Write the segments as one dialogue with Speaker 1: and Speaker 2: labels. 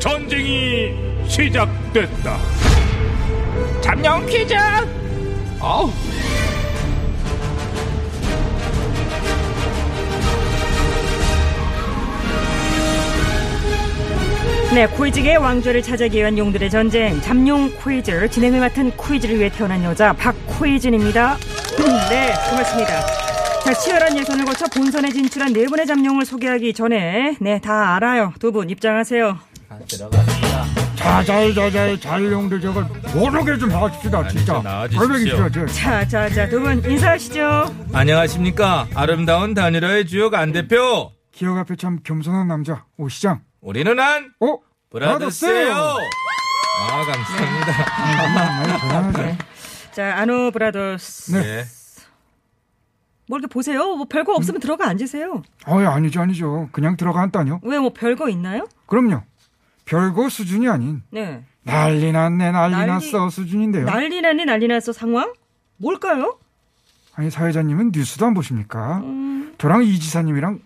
Speaker 1: 전쟁이 시작됐다. 잠룡 퀴즈! 아우.
Speaker 2: 네, 코이즈계의 왕좌를 차지하기 위한 용들의 전쟁 잠룡 코이즈 진행을 맡은 코이즈를 위해 태어난 여자 박코이즈입니다. 네, 고맙습니다. 자, 치열한 예선을 거쳐 본선에 진출한 네 분의 잠룡을 소개하기 전에 네, 다 알아요. 두 분 입장하세요.
Speaker 3: 자잘자잘 잘용들 저걸 모르게 좀 하십시다 진짜
Speaker 4: 나와주십시오.
Speaker 3: 그러면 진짜 저-
Speaker 2: 자, 자, 자, 두 분 인사하시죠.
Speaker 4: 안녕하십니까 아름다운 단일화의 주역 안 대표
Speaker 3: 기억 앞에 참 겸손한 남자 오시장
Speaker 4: 우리는 안
Speaker 3: 어?
Speaker 4: 브라더스예요
Speaker 3: 브라더스예요.
Speaker 4: 아 감사합니다
Speaker 3: 아, 대단하네.
Speaker 2: 자, 아노 브라더스.
Speaker 4: 네.
Speaker 2: 뭐 이렇게 보세요. 뭐 별거 없으면 들어가 앉으세요.
Speaker 3: 어이 예, 아니죠 아니죠 그냥 들어간다뇨
Speaker 2: 왜 뭐 별거 있나요?
Speaker 3: 그럼요 별거 수준이 아닌
Speaker 2: 네.
Speaker 3: 난리 났네 난리,
Speaker 2: 난리-
Speaker 3: 났어 수준인데요
Speaker 2: 난리 나네 난리 났어 상황? 뭘까요?
Speaker 3: 아니 사회자님은 뉴스도 안 보십니까 저랑 이 지사님이랑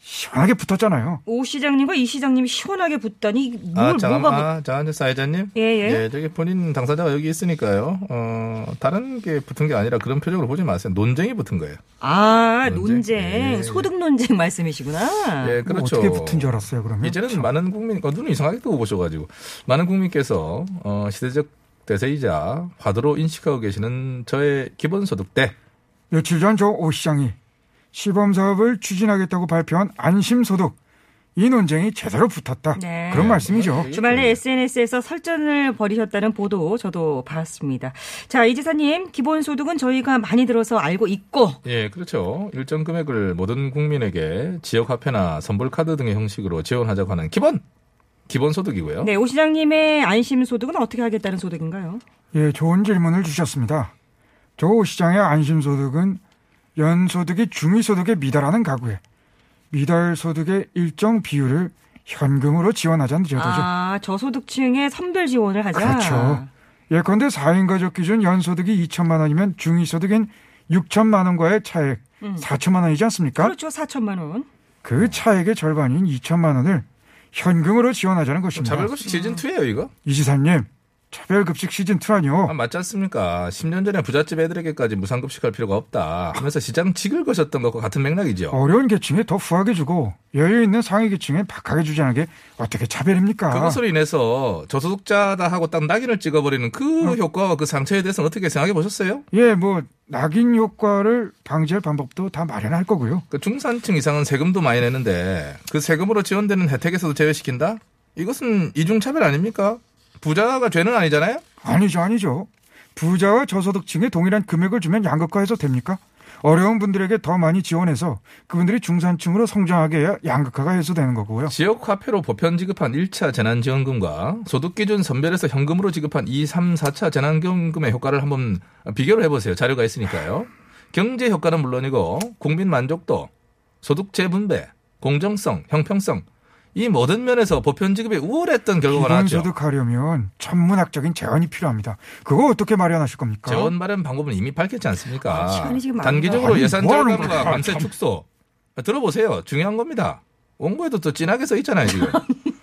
Speaker 3: 시원하게 붙었잖아요
Speaker 2: 오 시장님과 이 시장님이 시원하게 붙다니 이게 뭘
Speaker 4: 아 잠깐만
Speaker 2: 뭐가
Speaker 4: 아, 잠깐만요 사회자님
Speaker 2: 예, 예.
Speaker 4: 저기 본인 당사자가 여기 있으니까요 어 다른 게 붙은 게 아니라 그런 표정으로 보지 마세요 논쟁이 붙은 거예요
Speaker 2: 붙... 아 논쟁,
Speaker 4: 논쟁. 예.
Speaker 2: 소득 논쟁 말씀이시구나.
Speaker 4: 예
Speaker 3: 뭐
Speaker 4: 그렇죠
Speaker 3: 어떻게 붙은 줄 알았어요 그러면
Speaker 4: 이제는
Speaker 3: 참.
Speaker 4: 많은 국민, 어, 눈 이상하게 뜨고 보셔가지고, 많은 국민께서, 어, 시대적 대세이자 화두로 인식하고 계시는 저의 기본소득대.
Speaker 3: 며칠 전 저 오 시장이 시범 사업을 추진하겠다고 발표한 안심소득 이 논쟁이 제대로 붙었다
Speaker 2: 네.
Speaker 3: 그런 말씀이죠.
Speaker 2: 주말 내 SNS에서 설전을 벌이셨다는 보도 저도 봤습니다. 자, 이 지사님, 기본소득은 저희가 많이 들어서 알고 있고,
Speaker 4: 예, 그렇죠. 일정 금액을 모든 국민에게 지역 화폐나 선불 카드 등의 형식으로 지원하자고 하는 기본 기본 소득이고요.
Speaker 2: 네, 오 시장님의 안심소득은 어떻게 하겠다는 소득인가요?
Speaker 3: 예, 좋은 질문을 주셨습니다. 저 오 시장의 안심소득은 연소득이 중위소득에 미달하는 가구에 미달소득의 일정 비율을 현금으로 지원하자는 제도죠.
Speaker 2: 아, 저소득층의 선별 지원을 하자.
Speaker 3: 네, 그렇죠. 예컨대 4인 가족 기준 연소득이 2천만 원이면 중위소득인 6천만 원과의 차액 4천만 원이지 않습니까?
Speaker 2: 음. 그렇죠. 4천만 원.
Speaker 3: 그 차액의 절반인 2천만 원을 현금으로 지원하자는 것입니다.
Speaker 4: 자별급식 시즌 2예요, 이거?
Speaker 3: 이지사님, 차별급식 시즌2라뇨.
Speaker 4: 아, 맞지 않습니까? 10년 전에 부잣집 애들에게까지 무상급식할 필요가 없다 하면서 시장 직을 거셨던 것과 같은 맥락이죠.
Speaker 3: 어려운 계층에 더 후하게 주고 여유 있는 상위 계층에 박하게 주지 않은 게 어떻게 차별입니까?
Speaker 4: 그것으로 인해서 저소득자다 하고 딱 낙인을 찍어버리는 그
Speaker 3: 음.
Speaker 4: 효과와 그 상처에 대해서는 어떻게 생각해 보셨어요?
Speaker 3: 예, 뭐 낙인 효과를 방지할 방법도 다 마련할 거고요.
Speaker 4: 그 중산층 이상은 세금도 많이 내는데 그 세금으로 지원되는 혜택에서도 제외시킨다? 이것은 이중차별 아닙니까? 부자가 죄는 아니잖아요?
Speaker 3: 아니죠, 아니죠. 부자와 저소득층에 동일한 금액을 주면 양극화해서 됩니까? 어려운 분들에게 더 많이 지원해서 그분들이 중산층으로 성장하게 해야 양극화가 해소되는 거고요.
Speaker 4: 지역 화폐로 보편 지급한 1차 재난지원금과 소득 기준 선별해서 현금으로 지급한 2, 3, 4차 재난지원금의 효과를 한번 비교를 해보세요. 자료가 있으니까요. 경제 효과는 물론이고 국민 만족도, 소득 재분배, 공정성, 형평성 이 모든 면에서 보편 지급에 우월했던 결과가 나왔죠.
Speaker 3: 기본소득하려면 천문학적인 재원이 필요합니다. 그거 어떻게 마련하실 겁니까?
Speaker 4: 재원 마련 방법은 이미 밝혔지 않습니까?
Speaker 2: 아, 시간이 지금 많이
Speaker 4: 단기적으로
Speaker 3: 가요.
Speaker 4: 예산
Speaker 3: 아니, 뭐 하는
Speaker 4: 절감과
Speaker 3: 거야,
Speaker 4: 감세
Speaker 3: 참.
Speaker 4: 축소. 들어보세요. 중요한 겁니다. 원고에도 또 진하게 써 있잖아요, 지금.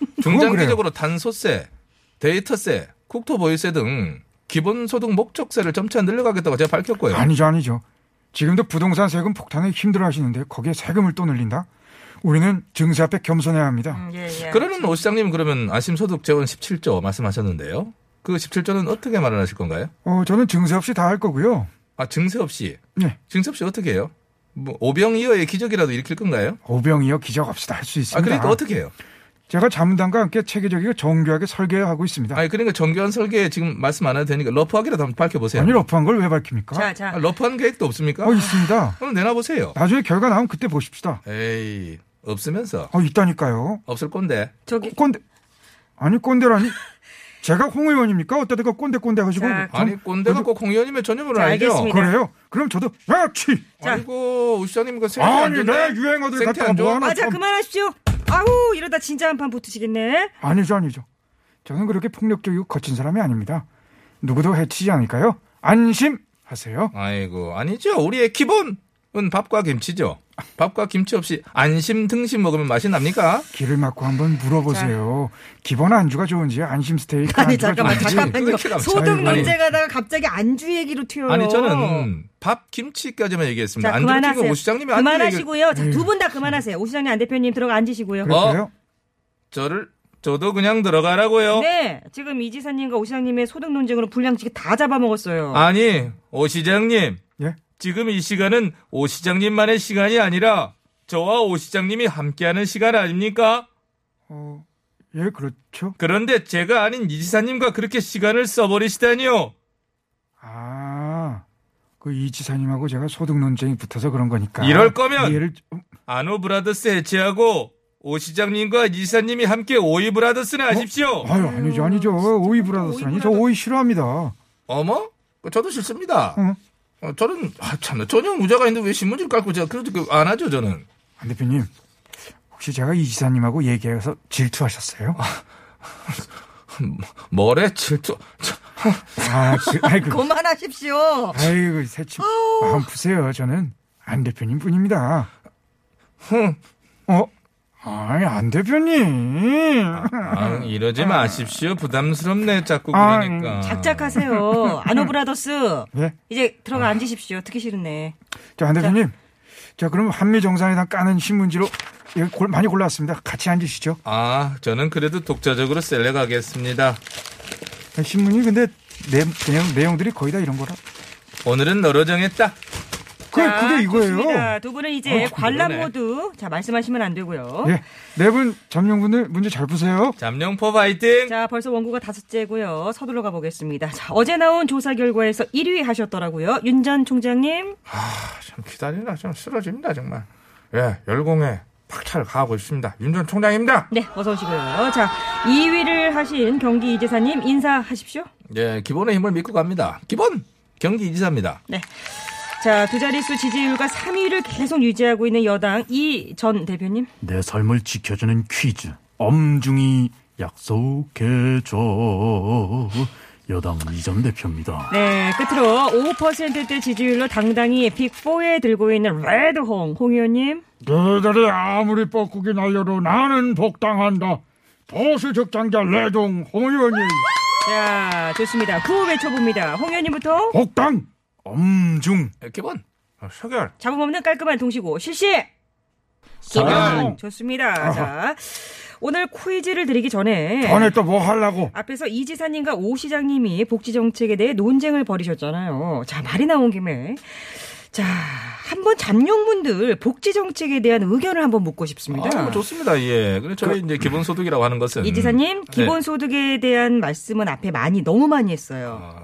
Speaker 3: 그건
Speaker 4: 중장기적으로 단소세, 데이터세, 국토보유세 등 기본소득 목적세를 점차 늘려가겠다고 제가 밝혔고요.
Speaker 3: 아니죠, 아니죠. 지금도 부동산 세금 폭탄에 힘들어 하시는데 거기에 세금을 또 늘린다? 우리는 증세 앞에 겸손해야 합니다.
Speaker 2: 음, 예, 예.
Speaker 4: 그러는 오 시장님 그러면 안심소득 재원 17조 말씀하셨는데요. 그 17조는 어떻게 마련하실 건가요?
Speaker 3: 어, 저는 증세 없이 다 할 거고요.
Speaker 4: 아, 증세 없이.
Speaker 3: 네.
Speaker 4: 증세 없이 어떻게 해요? 뭐 오병이어의 기적이라도 일으킬 건가요?
Speaker 3: 오병이어 기적 없이 다 할 수 있습니다.
Speaker 4: 아, 그러니까 어떻게 해요?
Speaker 3: 제가 자문단과 함께 체계적이고 정교하게 설계하고 있습니다.
Speaker 4: 아니 그러니까 정교한 설계 지금 말씀 안 해도 되니까 러프하기라도 한번 밝혀보세요.
Speaker 3: 아니, 러프한 걸 왜 밝힙니까?
Speaker 2: 자,
Speaker 4: 아,
Speaker 2: 자.
Speaker 4: 러프한 계획도 없습니까?
Speaker 3: 어, 있습니다.
Speaker 4: 그럼 내놔보세요.
Speaker 3: 나중에 결과 나오면 그때 보십시다.
Speaker 4: 에이 없으면서
Speaker 3: 어, 있다니까요.
Speaker 4: 없을 건데
Speaker 2: 저기
Speaker 3: 꼰대. 아니, 꼰대라니. 제가 홍 의원입니까? 어디다 대고 꼰대 꼰대 하시고
Speaker 2: 자,
Speaker 3: 전-
Speaker 4: 아니 꼰대가
Speaker 3: 그래도-
Speaker 4: 꼭홍 의원님의 전유물을
Speaker 2: 자,
Speaker 4: 알죠.
Speaker 2: 알겠습니다.
Speaker 3: 그래요? 그럼 저도 야치
Speaker 2: 자.
Speaker 4: 아이고 우 시장님 그 생태 안
Speaker 3: 아니
Speaker 4: 좋네.
Speaker 3: 내 유행어들
Speaker 4: 생태
Speaker 3: 갖다가
Speaker 4: 안 좋아.
Speaker 3: 뭐하나
Speaker 2: 맞아
Speaker 3: 참.
Speaker 2: 그만하십시오. 아우 이러다 진짜 한 판 붙으시겠네.
Speaker 3: 아니죠 아니죠 저는 그렇게 폭력적이고 거친 사람이 아닙니다 누구도 해치지 않을까요? 안심하세요
Speaker 4: 아이고 아니죠. 우리의 기본은 밥과 김치죠. 밥과 김치 없이 안심 등심 먹으면 맛이 납니까?
Speaker 3: 길을 막고 한번 물어보세요 기본 안주가 좋은지 안심 스테이크
Speaker 2: 아니
Speaker 3: 안주가
Speaker 2: 잠깐만
Speaker 3: 좋은지
Speaker 4: 아니지.
Speaker 2: 잠깐만요.
Speaker 4: 그렇게 남자.
Speaker 2: 소득
Speaker 3: 아니, 아니.
Speaker 2: 문제가다가 갑자기 안주 얘기로 튀어요.
Speaker 4: 아니 저는 밥 김치까지만 얘기했습니다.
Speaker 2: 자
Speaker 4: 안들지고
Speaker 2: 그만하세요.
Speaker 4: 오 시장님이 안 얘기
Speaker 2: 그만하시고요. 자두 분 다 그만하세요. 오 시장님 안 대표님 들어가 앉으시고요.
Speaker 4: 그럼-
Speaker 3: 그럴까요?
Speaker 4: 저를 저도 그냥 들어가라고요.
Speaker 2: 네 지금 이 지사님과 오 시장님의 소득 논쟁으로 불량치기 다 잡아먹었어요.
Speaker 4: 아니 오 시장님
Speaker 3: 예?
Speaker 4: 지금 이 시간은 오 시장님만의 시간이 아니라 저와 오 시장님이 함께하는 시간 아닙니까?
Speaker 3: 어, 예 그렇죠
Speaker 4: 그런데 제가 아닌 이 지사님과 그렇게 시간을 써버리시다니요.
Speaker 3: 아, 그 이지사님하고 제가 소득 논쟁이 붙어서 그런 거니까.
Speaker 4: 이럴 거면
Speaker 3: 이해를 어, 좀-
Speaker 4: 아노브라더스 해체하고 오 시장님과 이 지사님이 함께 오이브라더스는 아십시오.
Speaker 3: 아유 아니죠 아니죠 오이 브라더스라니 저 오이 싫어합니다.
Speaker 4: 어머? 그 저도 싫습니다.
Speaker 3: 응.
Speaker 4: 어, 저는 아, 참 전혀 무죄가 있는데 왜 신문지를 깔고 제가 그래도 그안 하죠 저는.
Speaker 3: 안 대표님 혹시 제가 이지사님하고 얘기해서 질투하셨어요?
Speaker 4: 뭐래 질투.
Speaker 3: 아, 그, 아이고,
Speaker 2: 그만하십시오.
Speaker 3: 아이고 새침 마음 푸세요. 저는 안 대표님뿐입니다.
Speaker 4: 흥.
Speaker 3: 어? 아니 안 대표님.
Speaker 4: 아, 이러지 마십시오. 부담스럽네 자꾸
Speaker 3: 아,
Speaker 4: 그러니까. 아.
Speaker 2: 작작하세요. 아노브라더스
Speaker 4: 네.
Speaker 3: 예,
Speaker 2: 이제 들어가 앉으십시오. 듣기 싫네.
Speaker 3: 자 안 대표님. 자 그럼 한미 정상회담 까는 신문지로 예, 골- 많이 골라왔습니다. 같이 앉으시죠.
Speaker 4: 아, 저는 그래도 독자적으로 셀렉하겠습니다.
Speaker 3: 신문이 근데 내, 내용, 내용들이 거의 다 이런 거라.
Speaker 4: 오늘은 너로 정했다.
Speaker 3: 그,
Speaker 2: 자,
Speaker 3: 그게 이거예요.
Speaker 2: 아, 좋습니다. 두 분은 이제
Speaker 4: 어,
Speaker 2: 관람
Speaker 4: 그러네.
Speaker 2: 모두 자 말씀하시면 안 되고요.
Speaker 3: 예. 네 분 점령분들 문제 잘 푸세요.
Speaker 4: 잠룡포 파이팅.
Speaker 2: 자, 벌써 원고가 다섯째고요. 서둘러 가보겠습니다. 자, 어제 나온 조사 결과에서 1위 하셨더라고요. 윤 전 총장님.
Speaker 4: 아, 참 기다리나 좀 쓰러집니다 정말. 예, 열공에 박차를 가하고 있습니다. 윤 전 총장입니다.
Speaker 2: 네, 어서 오시고요. 자, 2위를 하신 경기 이재사님 인사하십시오.
Speaker 4: 예, 기본의 힘을 믿고 갑니다. 기본 경기 이지사입니다.
Speaker 2: 네. 자, 두 자릿수 지지율과 3위를 계속 유지하고 있는 여당 이 전 대표님.
Speaker 5: 내 삶을 지켜주는 퀴즈
Speaker 4: 어.
Speaker 5: 엄중히 약속해줘 여당 이전 대표입니다
Speaker 2: 네, 끝으로 5%대 지지율로 당당히 빅4에 들고 있는 레드홍 홍 의원님.
Speaker 3: 너희들이 아무리 뻐꾸기 날려도 나는 복당한다. 보수 적장자 레종 홍 의원님
Speaker 2: 자, 좋습니다. 구호 외쳐봅니다. 홍 의원님부터
Speaker 3: 복당 엄중
Speaker 4: 예, 기본 어, 서결.
Speaker 2: 잡음 없는 깔끔한 동시고 실시!
Speaker 4: 서결.
Speaker 2: 좋습니다. 자, 오늘 퀴즈를 드리기 전에
Speaker 3: 전에 또 뭐 하려고
Speaker 2: 앞에서 이 지사님과 오 시장님이 복지 정책에 대해 논쟁을 벌이셨잖아요. 자, 말이 나온 김에 자, 한번 잠룡분들 복지 정책에 대한 의견을 한번 묻고 싶습니다.
Speaker 4: 아, 좋습니다. 예. 그래 저희 이제 기본 소득이라고 하는 것은
Speaker 2: 이 지사님
Speaker 4: 네.
Speaker 2: 기본 소득에 대한 말씀은 앞에 많이 너무 많이 했어요.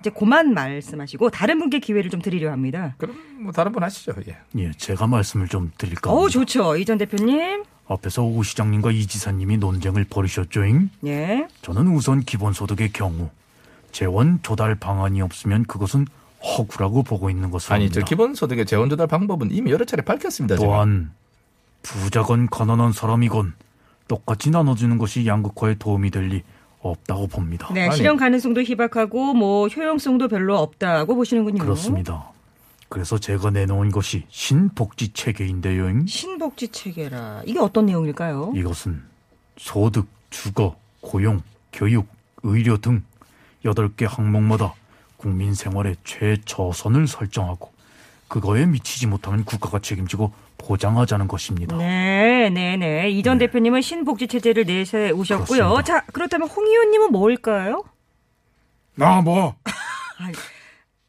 Speaker 2: 이제 그만 말씀하시고 다른 분께 기회를 좀 드리려 합니다.
Speaker 4: 그럼 뭐 다른 분 하시죠. 예.
Speaker 5: 예, 제가 말씀을 좀 드릴까
Speaker 2: 어
Speaker 5: 합니다.
Speaker 2: 좋죠 이 전 대표님.
Speaker 5: 앞에서 오 시장님과 이 지사님이 논쟁을 벌이셨죠잉
Speaker 2: 예.
Speaker 5: 저는 우선 기본소득의 경우 재원 조달 방안이 없으면 그것은 허구라고 보고 있는 것으로
Speaker 4: 아니 저
Speaker 5: 합니다.
Speaker 4: 기본 소득의 재원 조달 방법은 이미 여러 차례 밝혔습니다. 제가.
Speaker 5: 또한 부자건 가난한 사람이건 똑같이 나눠주는 것이 양극화에 도움이 될 리 없다고 봅니다
Speaker 2: 네,
Speaker 4: 아니.
Speaker 2: 실현 가능성도 희박하고 뭐 효용성도 별로 없다고 보시는군요.
Speaker 5: 그렇습니다. 그래서 제가 내놓은 것이 신복지 체계인데요. 잉?
Speaker 2: 신복지 체계라 이게 어떤 내용일까요?
Speaker 5: 이것은 소득, 주거, 고용, 교육, 의료 등 8개 항목마다 국민 생활의 최저선을 설정하고 그거에 미치지 못하면 국가가 책임지고 보장하자는 것입니다.
Speaker 2: 네, 네, 네. 이 전 대표님은 신복지 체제를 내세우셨고요.
Speaker 5: 그렇습니다.
Speaker 2: 자, 그렇다면 홍 의원님은 뭘까요?
Speaker 3: 나뭐 난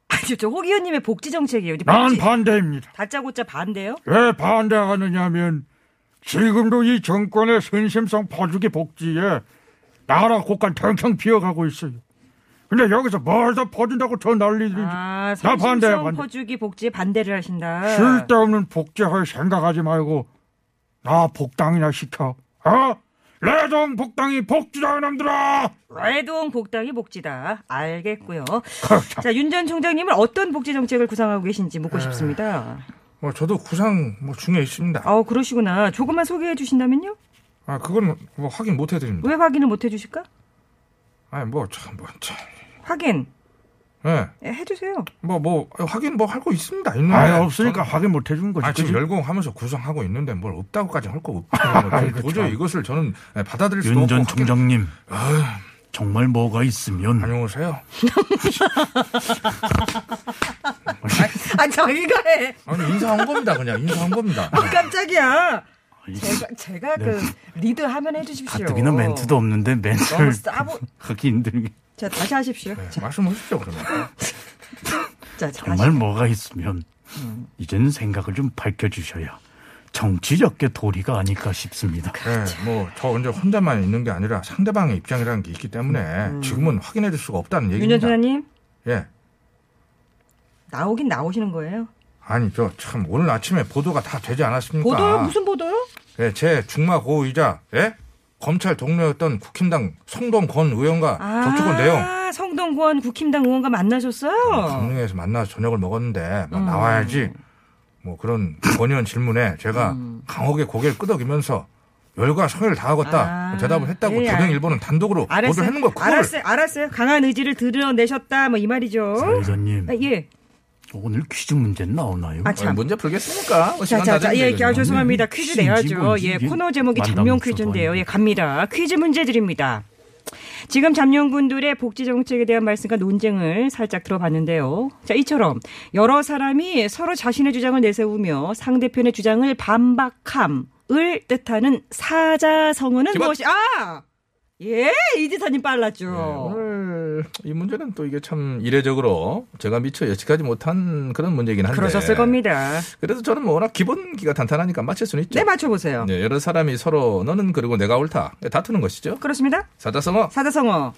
Speaker 2: 아니죠, 저홍 의원님의 복지 정책이에요. 이제 아, 복지-
Speaker 3: 반대입니다.
Speaker 2: 다짜고짜 반대요?
Speaker 3: 왜 반대하느냐면 지금도 이 정권의 선심성 퍼주기 복지에 나라 곳간 텅텅 비어가고 있어요. 근데 여기서 뭘 더 퍼준다고 저 난리들이
Speaker 2: 아,
Speaker 3: 나 반대야,
Speaker 2: 삼심성
Speaker 3: 반대.
Speaker 2: 퍼주기 복지에 반대를 하신다.
Speaker 3: 쓸데없는 복제할 생각하지 말고 나 복당이나 시켜. 어? 레동 복당이 복지다 이놈들아
Speaker 2: 레드홍 복당이 복지다. 알겠고요. 자, 윤 전 총장님은 어떤 복지 정책을 구상하고 계신지 묻고 싶습니다.
Speaker 4: 뭐 저도 구상 뭐 중에 있습니다.
Speaker 2: 어, 그러시구나. 조금만 소개해 주신다면요?
Speaker 4: 아 그건 뭐 확인 못 해드립니다.
Speaker 2: 왜 확인을 못 해 주실까?
Speaker 4: 아니 뭐 참 뭐 참.
Speaker 2: 확인
Speaker 4: 예.
Speaker 2: 예, 해 주세요.
Speaker 4: 뭐 뭐 확인 뭐 하고 있습니다. 있는데.
Speaker 5: 아예 없으니까 확인 못 해준 거지.
Speaker 4: 아 지금
Speaker 5: 그지?
Speaker 4: 열공하면서 구상하고 있는데 뭘 없다고까지 할 거 없고 도저히 이것을 저는 예, 받아들일 수도 없고
Speaker 5: 그렇죠. 윤 전
Speaker 4: 확인-
Speaker 5: 총장님 정말 뭐가 있으면
Speaker 4: 다녀오세요.
Speaker 2: 아, 자기가 해. 어,
Speaker 4: 아니 인사한 겁니다 그냥 인사한 겁니다.
Speaker 5: 아,
Speaker 2: 깜짝이야.
Speaker 5: 아니,
Speaker 2: 제가 제가
Speaker 5: 네.
Speaker 2: 그 리드 하면 해 주십시오.
Speaker 5: 가뜩이나 멘트도 없는데
Speaker 2: 너무
Speaker 5: 멘트를
Speaker 2: 싸보.
Speaker 5: 하기 힘들게
Speaker 2: 자, 다시 하십시오.
Speaker 4: 네, 말씀하십시오 그러면.
Speaker 5: 그렇죠.
Speaker 2: 자, 다시.
Speaker 5: 정말 뭐가 있으면
Speaker 2: 음.
Speaker 5: 이젠 생각을 좀 밝혀주셔야 정치적의 도리가 아닐까 싶습니다.
Speaker 4: 네, 뭐저 이제 혼자만 있는 게 아니라 상대방의 입장이라는 게 있기
Speaker 5: 음,
Speaker 4: 때문에 지금은 확인해줄 수가
Speaker 2: 윤
Speaker 4: 없다는
Speaker 2: 전
Speaker 4: 얘기입니다.
Speaker 2: 총장님
Speaker 4: 예.
Speaker 2: 나오긴 나오시는 거예요.
Speaker 4: 아니 저 참 오늘 아침에 보도가 다 되지
Speaker 5: 그러니까.
Speaker 4: 않았습니까?
Speaker 2: 보도요? 무슨 보도요?
Speaker 4: 예, 제 중마 고의자 예? 검찰 동료였던 국힘당 성동권 의원과
Speaker 5: 아.
Speaker 4: 접촉한 내용
Speaker 2: 아, 성동권 국힘당 의원과
Speaker 5: 아,
Speaker 2: 만나셨어요?
Speaker 4: 강릉에서 만나서 저녁을
Speaker 2: 음.
Speaker 4: 먹었는데 막 나와야지 뭐 그런 권위원 질문에 제가
Speaker 2: 음.
Speaker 4: 강하게 고개를 끄덕이면서 열과 성의를 다하겠다
Speaker 2: 아.
Speaker 4: 대답을 했다고
Speaker 2: 예,
Speaker 4: 조경
Speaker 2: 알-
Speaker 4: 일본은 단독으로 보도를 했는 거 그걸
Speaker 2: 알았어요. 알았어요. 강한 의지를 드러내셨다. 뭐 이 말이죠.
Speaker 5: 의사님
Speaker 2: 아, 예.
Speaker 5: 오늘 퀴즈 문제 나오나요?
Speaker 2: 아 참.
Speaker 6: 문제 풀겠습니까? 어,
Speaker 2: 자,
Speaker 6: 시간
Speaker 2: 자,
Speaker 6: 다
Speaker 2: 자,
Speaker 6: 됐는데,
Speaker 2: 예, 아,
Speaker 6: 그냥.
Speaker 2: 죄송합니다.
Speaker 6: 네.
Speaker 2: 퀴즈
Speaker 5: 퀴즈인지
Speaker 2: 내야죠.
Speaker 5: 뭔지
Speaker 2: 예,
Speaker 5: 이게
Speaker 2: 코너 제목이
Speaker 5: 만담
Speaker 2: 잠룡
Speaker 5: 있어도
Speaker 2: 퀴즈인데요.
Speaker 5: 아니고.
Speaker 2: 예, 갑니다. 퀴즈 문제 드립니다. 지금 잠룡군들의 복지 정책에 대한 말씀과 논쟁을 살짝 들어봤는데요. 자, 이처럼 여러 사람이 서로 자신의 주장을 내세우며 상대편의 주장을 반박함을 뜻하는 사자성어는
Speaker 6: 기본.
Speaker 2: 무엇이? 아, 예, 이지사님 빨랐죠.
Speaker 6: 네, 오늘 이 문제는 또 이게 참 이례적으로 제가 미처 예측하지 못한 그런 문제이긴 한데.
Speaker 2: 그러셨을 겁니다.
Speaker 6: 그래서 저는 뭐 워낙 기본기가 탄탄하니까 맞힐 수는 있죠.
Speaker 2: 네, 맞춰보세요.
Speaker 6: 네, 여러 사람이 서로 너는 그리고 내가 옳다 다투는 것이죠.
Speaker 2: 그렇습니다.
Speaker 6: 사자성어,
Speaker 2: 사자성어.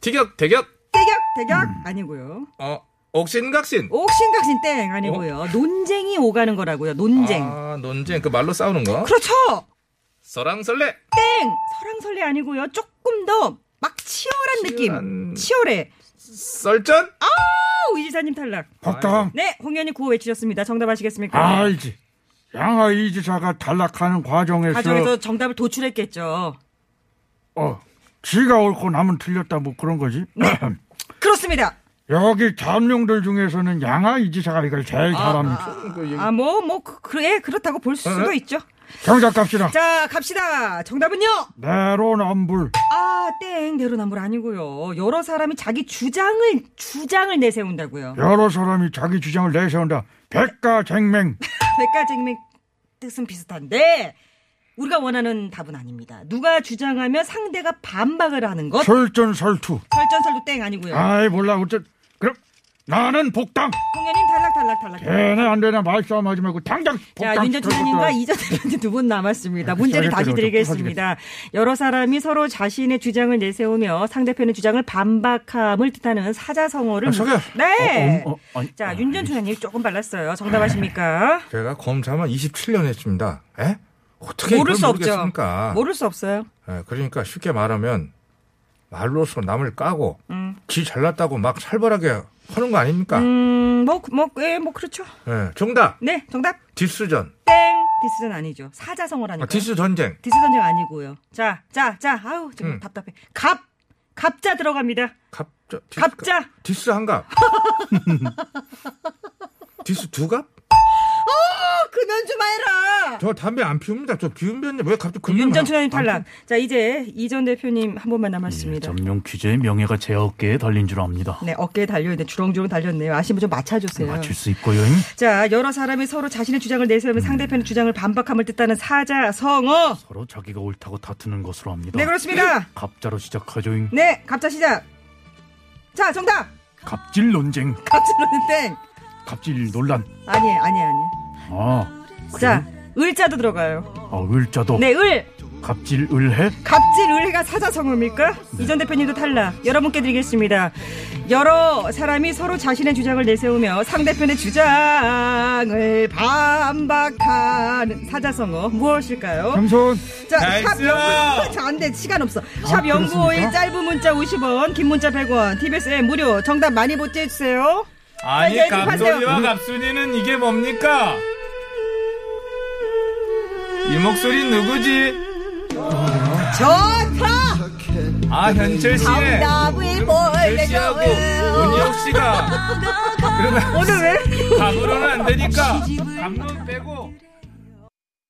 Speaker 6: 티격, 대격,
Speaker 2: 대격, 대격
Speaker 6: 음.
Speaker 2: 아니고요.
Speaker 6: 어, 옥신각신.
Speaker 2: 옥신각신 땡 아니고요. 논쟁이 오가는 거라고요. 논쟁.
Speaker 6: 아, 논쟁 그 말로 싸우는 거.
Speaker 2: 그렇죠.
Speaker 6: 서랑설레.
Speaker 2: 땡. 설랑설레 아니고요. 조금 더 막 치열한 느낌.
Speaker 6: 치열한-
Speaker 2: 치열해.
Speaker 6: 썰전.
Speaker 2: 아우 이지사님 탈락.
Speaker 3: 복당
Speaker 2: 네, 홍현이 구호 외치셨습니다. 정답 아시겠습니까? 예.
Speaker 3: 알지 양아이 지사가 탈락하는 과정에서
Speaker 2: 가정에서 정답을 도출했겠죠.
Speaker 3: 어 지가 옳고 남은 틀렸다 뭐 그런 거지
Speaker 2: 그렇습니다.
Speaker 3: 여기 잠룡들 중에서는 양아이 지사가 이걸 제일 잘합니다
Speaker 2: 아, 뭐, 뭐, 그- 그래, 그렇다고 볼 수도 있죠.
Speaker 3: 정작 갑시다
Speaker 2: 자, 갑시다. 정답은요?
Speaker 3: 내로남불
Speaker 2: 아, 땡. 내로남불 아니고요. 여러 사람이 자기 주장을, 주장을 내세운다고요.
Speaker 3: 여러 사람이 자기 주장을 내세운다 백가쟁맹
Speaker 2: 백가쟁맹 뜻은 비슷한데 우리가 원하는 답은 아닙니다. 누가 주장하면 상대가 반박을 하는 것.
Speaker 3: 설전설투
Speaker 2: 설전설도 땡 아니고요.
Speaker 3: 아이 몰라 어째 그럼 나는 복당
Speaker 2: 공연님 탈락 탈락 탈락.
Speaker 3: 되네 안 되네 말싸움 하지 말고 당장 복당
Speaker 2: 자, 윤전 총장님과 이전 대표님 두 분 남았습니다. 문제를 다시 드리겠습니다. 여러 사람이 서로 자신의 주장을 내세우며 상대편의 주장을 반박함을 뜻하는 사자성어를.
Speaker 4: 아, 저기요.
Speaker 2: 네.
Speaker 5: 어, 어, 어, 아니,
Speaker 2: 자, 윤 전 총장님 조금 발랐어요. 정답하십니까?
Speaker 4: 제가 검사만 27년 했습니다. 예? 어떻게
Speaker 2: 모를
Speaker 4: 이걸
Speaker 2: 수 없죠.
Speaker 4: 모르겠습니까?
Speaker 2: 모를 수 없어요.
Speaker 4: 예, 그러니까 쉽게 말하면 말로서 남을 까고 지 잘났다고 막 살벌하게 하는 거 아닙니까?
Speaker 2: 음, 뭐, 뭐, 예, 뭐, 그렇죠.
Speaker 4: 예, 정답
Speaker 2: 네, 정답.
Speaker 4: 디스전
Speaker 2: 땡! 디스전 아니죠. 사자성어라니까.
Speaker 4: 아, 디스 전쟁
Speaker 2: 전쟁 아니고요. 자, 자, 자. 아우, 지금
Speaker 4: 음.
Speaker 2: 답답해. 갑! 갑자 들어갑니다.
Speaker 4: 갑자 디스,
Speaker 2: 갑자!
Speaker 4: 디스 한갑 디스 두갑
Speaker 2: 어, 그만 좀 해라!
Speaker 4: 저 담배 안 피웁니다. 저 비운변님 왜 갑자기 금연
Speaker 2: 윤전 총장님 탈락.
Speaker 4: 아,
Speaker 2: 자, 이제 이전 대표님 한 번만 남았습니다.
Speaker 5: 예,
Speaker 4: 음,
Speaker 5: 점령 퀴즈의 명예가 제 어깨에 달린 줄 압니다.
Speaker 2: 네, 어깨에 달려있는데 주렁주렁 달렸네요. 아시면 좀 맞춰주세요.
Speaker 4: 음,
Speaker 5: 맞출 수 있고요. 잉?
Speaker 2: 자, 여러 사람이 서로 자신의 주장을 내세우면 상대편의 주장을 반박함을 뜻하는 사자성어!
Speaker 5: 서로 자기가 옳다고 다투는 것으로 합니다.
Speaker 4: 어.
Speaker 2: 네, 그렇습니다.
Speaker 5: 갑자로 시작하죠. 잉.
Speaker 2: 네, 갑자 시작! 자, 정답!
Speaker 5: 갑질 논쟁,
Speaker 2: 갑자로는 땡!
Speaker 5: 갑질 논란.
Speaker 2: 아니에요, 아니에요, 아니에요.
Speaker 5: 아,
Speaker 2: 자, 을자도 들어가요.
Speaker 5: 아, 을자도
Speaker 2: 네, 을.
Speaker 5: 갑질 을해
Speaker 2: 갑질 의뢰가 사자성어입니까?
Speaker 7: 네.
Speaker 2: 이전 대표님도 탈락. 여러분께 드리겠습니다. 여러 사람이 서로 자신의 주장을 내세우며 상대편의 주장을 반박하는 사자성어 무엇일까요?
Speaker 3: 겸손
Speaker 2: 자, 샵
Speaker 7: 나이스! 아,
Speaker 2: 연구. 자, 안 돼. 시간 없어. 샵 연구일
Speaker 3: 그렇습니까?
Speaker 2: 짧은 문자 50원, 긴 문자 100원. TBS 앱 무료. 정답 많이 보채 주세요.
Speaker 7: 아니
Speaker 2: 빨리
Speaker 7: 감돌이와 음.
Speaker 2: 연습하세요.
Speaker 7: 갑순이는 이게 뭡니까? 이 목소리 누구지?
Speaker 2: 좋다.
Speaker 7: 아 현철 씨의
Speaker 2: 답을
Speaker 7: 절씨하고 문희혁 씨가 그러면
Speaker 2: 오늘 왜? 아,
Speaker 7: 감으로는 안 되니까 감론 빼고.